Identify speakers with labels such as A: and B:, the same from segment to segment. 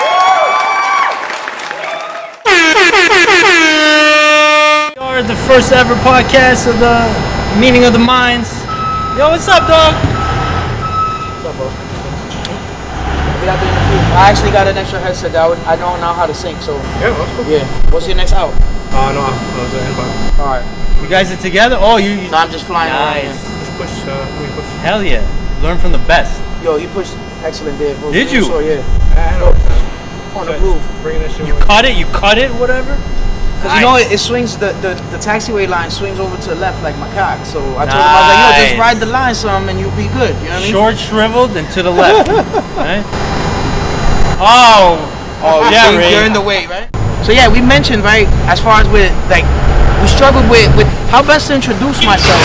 A: first ever podcast of the Meaning of the Minds. Yo, what's up, dog?
B: What's up, bro? Get out there in the field. I actually got an extra headset that I, would, I don't know how to sync, so
C: Yeah, that's cool.
B: yeah. What's your next out?
C: Uh, no, I was in, but
B: Alright.
A: You guys are together? Oh, you. you
B: No, I'm just flying. over
A: nice.
C: just push, uh, we push.
A: Hell yeah. Learn from the best.
B: here. Yo, he pushed excellent there. bro.
A: Did you?
B: So yeah,
C: I know.
B: on the groove.
C: uh, Bringing that shit
A: You
C: with-
A: cut it, you cut it, whatever.
B: Cause you know it, it swings the, the the taxiway line swings over to the left like my cock. So I told him I was like, yo,
A: Nice.
B: just ride the line some and you'll be good. You know what I mean?
A: Short, shriveled, and to the left. right? Oh. Oh, yeah,
B: you're,
A: Ray.
B: you're in the way, right? So yeah, we mentioned right as far as with like we struggled with with how best to introduce myself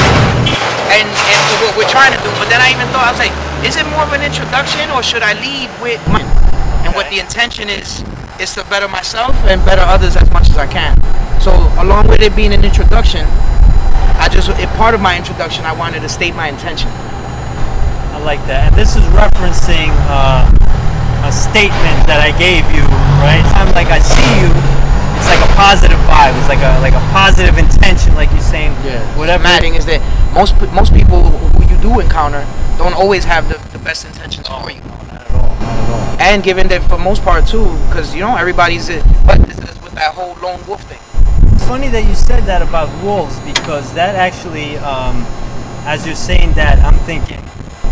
B: and and to what we're trying to do. But then I even thought I was like, is it more of an introduction or should I lead with my and what the intention is is to better myself and better others as much as I can. So along with it being an introduction, I just it, part of my introduction I wanted to state my intention.
A: I like that. And this is referencing uh, a statement that I gave you, right? Time like I see you, it's like a positive vibe. It's like a like a positive intention, like you're saying. Whatever.
B: Whatever. My thing is that most pe- most people who you do encounter don't always have the, the best intentions for you.
A: Not at all. Not at all.
B: and given that for most part too, because you know everybody's it, but this is with that whole lone wolf thing.
A: It's funny that you said that about wolves because that actually, um, as you're saying that, I'm thinking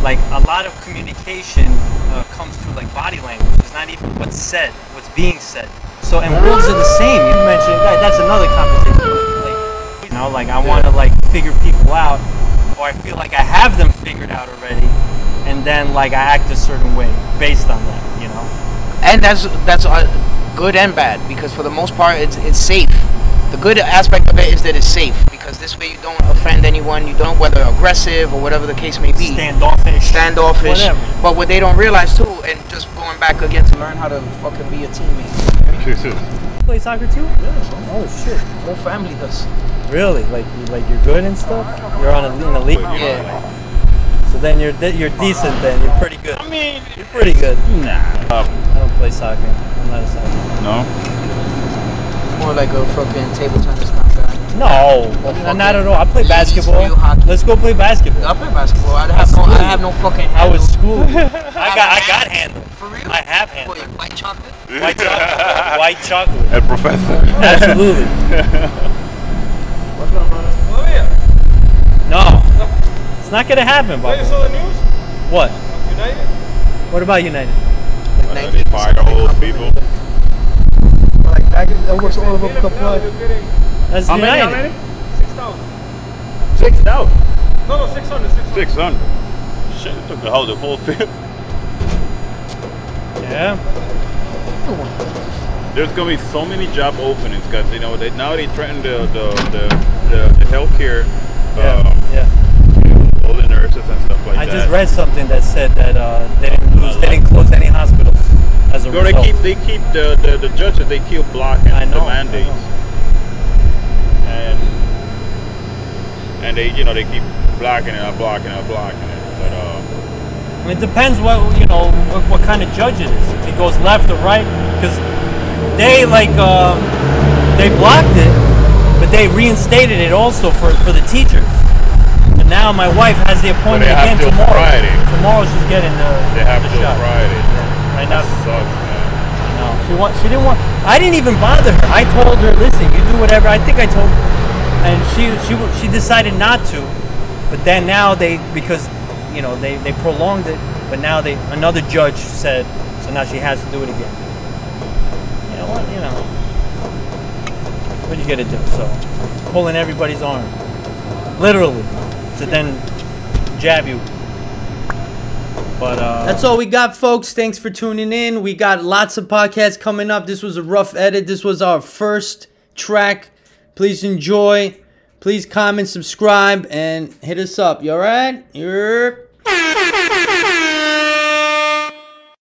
A: like a lot of communication uh, comes through like body language. It's not even what's said, what's being said. So and wolves are the same. You mentioned that. That's another conversation. Like, you know, like I want to like figure people out, or I feel like I have them figured out already, and then like I act a certain way based on that. You know.
B: and that's that's uh, good and bad because for the most part it's it's safe. The good aspect of it is that it's safe because this way you don't offend anyone. You don't whether aggressive or whatever the case may be.
A: Standoffish.
B: standoffish.
A: Whatever.
B: But what they don't realize too, and just going back again to learn how to fucking be a teammate.
A: Play soccer too? Yeah. Oh shit.
B: Whole family does.
A: Really? Like, you- like you're good and stuff? You're on a, in a league?
B: Yeah.
A: So then you're de- you're decent. Then you're pretty good. I mean, you're pretty good. Nah. I don't play soccer. I'm not a soccer.
D: No?
B: More like a fucking table tennis contract.
A: No,
B: Well, fuck
A: not
B: it.
A: at all. I play
B: You- you
A: basketball.
B: screw hockey.
A: Let's go play basketball.
B: I play basketball. I have no. I have no fucking.
A: I
B: handle.
A: was school. I got I got handled.
B: For real?
A: I have
B: What,
A: handled.
B: white chocolate?
A: White chocolate. White chocolate.
D: El professor.
A: Absolutely.
C: What's up, brother?
E: Oh yeah.
A: No. It's not gonna happen,
E: Hey, you
A: Bob.
E: saw the news?
A: What?
E: United?
A: What about United?
D: They fire all those people.
C: Like, I can, that works all
E: They
C: over
E: made
C: the
E: up now You're
C: plug.
E: getting
A: That's
D: How many?
A: United.
D: How many?
E: 6,000.
D: Six out.
E: No, no, 600. 600.
D: Six hundred. Shit, it took the whole the whole field. Oh.
A: Yeah.
D: There's gonna be so many job openings because you know they now they threaten the the the, the, the healthcare,
A: Yeah. Yeah.
D: uh, all the nurses and uh, stuff like
A: I
D: that.
A: just read something that said that uh, they didn't lose, they didn't close any hospitals as a
D: Yo, they
A: result.
D: keep they keep the, the, the judges they keep blocking
A: I know,
D: the
A: I know.
D: mandates. And and they you know they keep blocking it and blocking it and blocking it. But uh,
A: I mean, it depends what you know, what, what kind of judge it is. If he goes left or right, because they like um, they blocked it, but they reinstated it also for for the teachers. And now my wife has the appointment
D: have
A: again
D: till
A: tomorrow.
D: Friday.
A: Tomorrow she's getting the
D: they have
A: the
D: till
A: shot.
D: Friday.
A: Right
D: That
A: now,
D: sucks, man.
A: No, she want, she didn't want. I didn't even bother her. I told her, listen, you do whatever. I think I told, and she she wa- she decided not to. But then now they because you know they they prolonged it. But now they another judge said so now she has to do it again. You know what? You know what you gonna do? So pulling everybody's arm, literally, to then jab you. But uh,
F: That's all we got, folks. Thanks for tuning in. We got lots of podcasts coming up. This was a rough edit. This was our first track. Please enjoy. Please comment, subscribe, and hit us up. You alright? Yerp.